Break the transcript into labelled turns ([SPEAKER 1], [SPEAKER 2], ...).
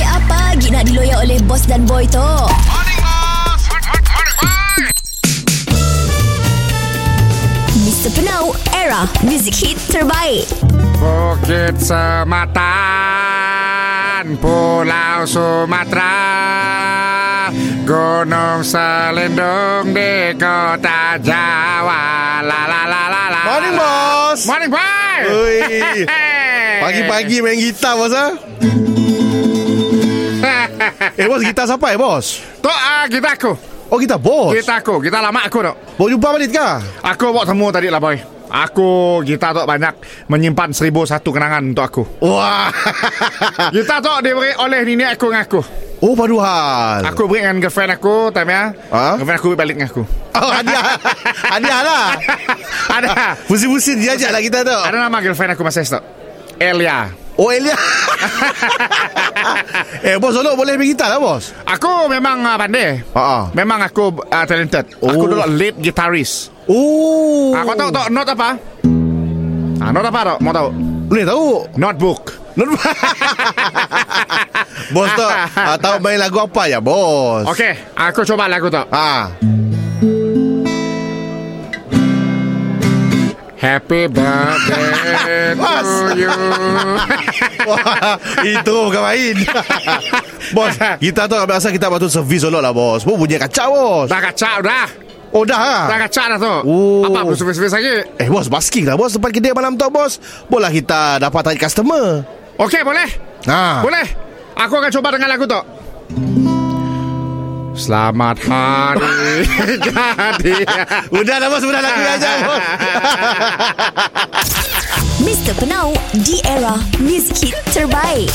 [SPEAKER 1] lagi nak diloyak oleh bos dan boy tu? Mr. Penau, era music hit terbaik.
[SPEAKER 2] Bukit Sematan Pulau Sumatera Gunung Selindung di kota Jawa La la la la la
[SPEAKER 3] Morning, bos.
[SPEAKER 2] Morning boy
[SPEAKER 3] Ui. Pagi-pagi main gitar bos ah. Eh bos gitar siapa eh bos?
[SPEAKER 2] Tok ah, kita aku
[SPEAKER 3] Oh gitar bos.
[SPEAKER 2] Kita aku Kita lama aku tok
[SPEAKER 3] Bos jumpa balik ke?
[SPEAKER 2] Aku buat semua tadi lah boy Aku kita tok banyak Menyimpan seribu satu kenangan untuk aku
[SPEAKER 3] Wah.
[SPEAKER 2] Kita tok diberi oleh nenek aku dengan aku
[SPEAKER 3] oh padu hal.
[SPEAKER 2] Aku beri dengan girlfriend aku Tamia
[SPEAKER 3] Ha?
[SPEAKER 2] Girlfriend aku balik dengan aku
[SPEAKER 3] Oh hadiah. hadiah lah.
[SPEAKER 2] Ada
[SPEAKER 3] Pusing-pusing dia ajak lah kita tu.
[SPEAKER 2] Ada nama girlfriend aku masa itu Elia
[SPEAKER 3] Oh Elia. eh bos solo boleh main gitar lah bos.
[SPEAKER 2] Aku memang uh, pandai
[SPEAKER 3] Ha ah.
[SPEAKER 2] Memang aku uh, talented Aku
[SPEAKER 3] Oh.
[SPEAKER 2] dulu lead guitarist
[SPEAKER 3] Oh.
[SPEAKER 2] Aku tahu tak note apa ah, Note apa tak? Mau tahu
[SPEAKER 3] Boleh tahu.
[SPEAKER 2] Notebook
[SPEAKER 3] Nun- bos tu ah, tahu main lagu apa ya bos?
[SPEAKER 2] Okay Aku cuba lagu tak
[SPEAKER 3] Ah.
[SPEAKER 2] Happy birthday
[SPEAKER 3] Bos.
[SPEAKER 2] to you
[SPEAKER 3] Wah, itu bukan main. bos, ha. kita tu biasa kita patut servis lot lah bos. Bos bunyi kacau bos.
[SPEAKER 2] Dah kacau dah
[SPEAKER 3] Oh dah. ah.
[SPEAKER 2] Dah kacau dah tu
[SPEAKER 3] Oh.
[SPEAKER 2] Apa aku servis-servis lagi
[SPEAKER 3] Eh bos, basking lah bos tempat kedai malam tu bos. Boleh lah kita dapat tarik customer.
[SPEAKER 2] Okay boleh
[SPEAKER 3] Nah.
[SPEAKER 2] Boleh? Aku akan cuba dengan lagu tu. Selamat hari jadi.
[SPEAKER 3] Udah lah bos, udah lagu aja bos.
[SPEAKER 1] Mr. Penau, di era music hit terbaik.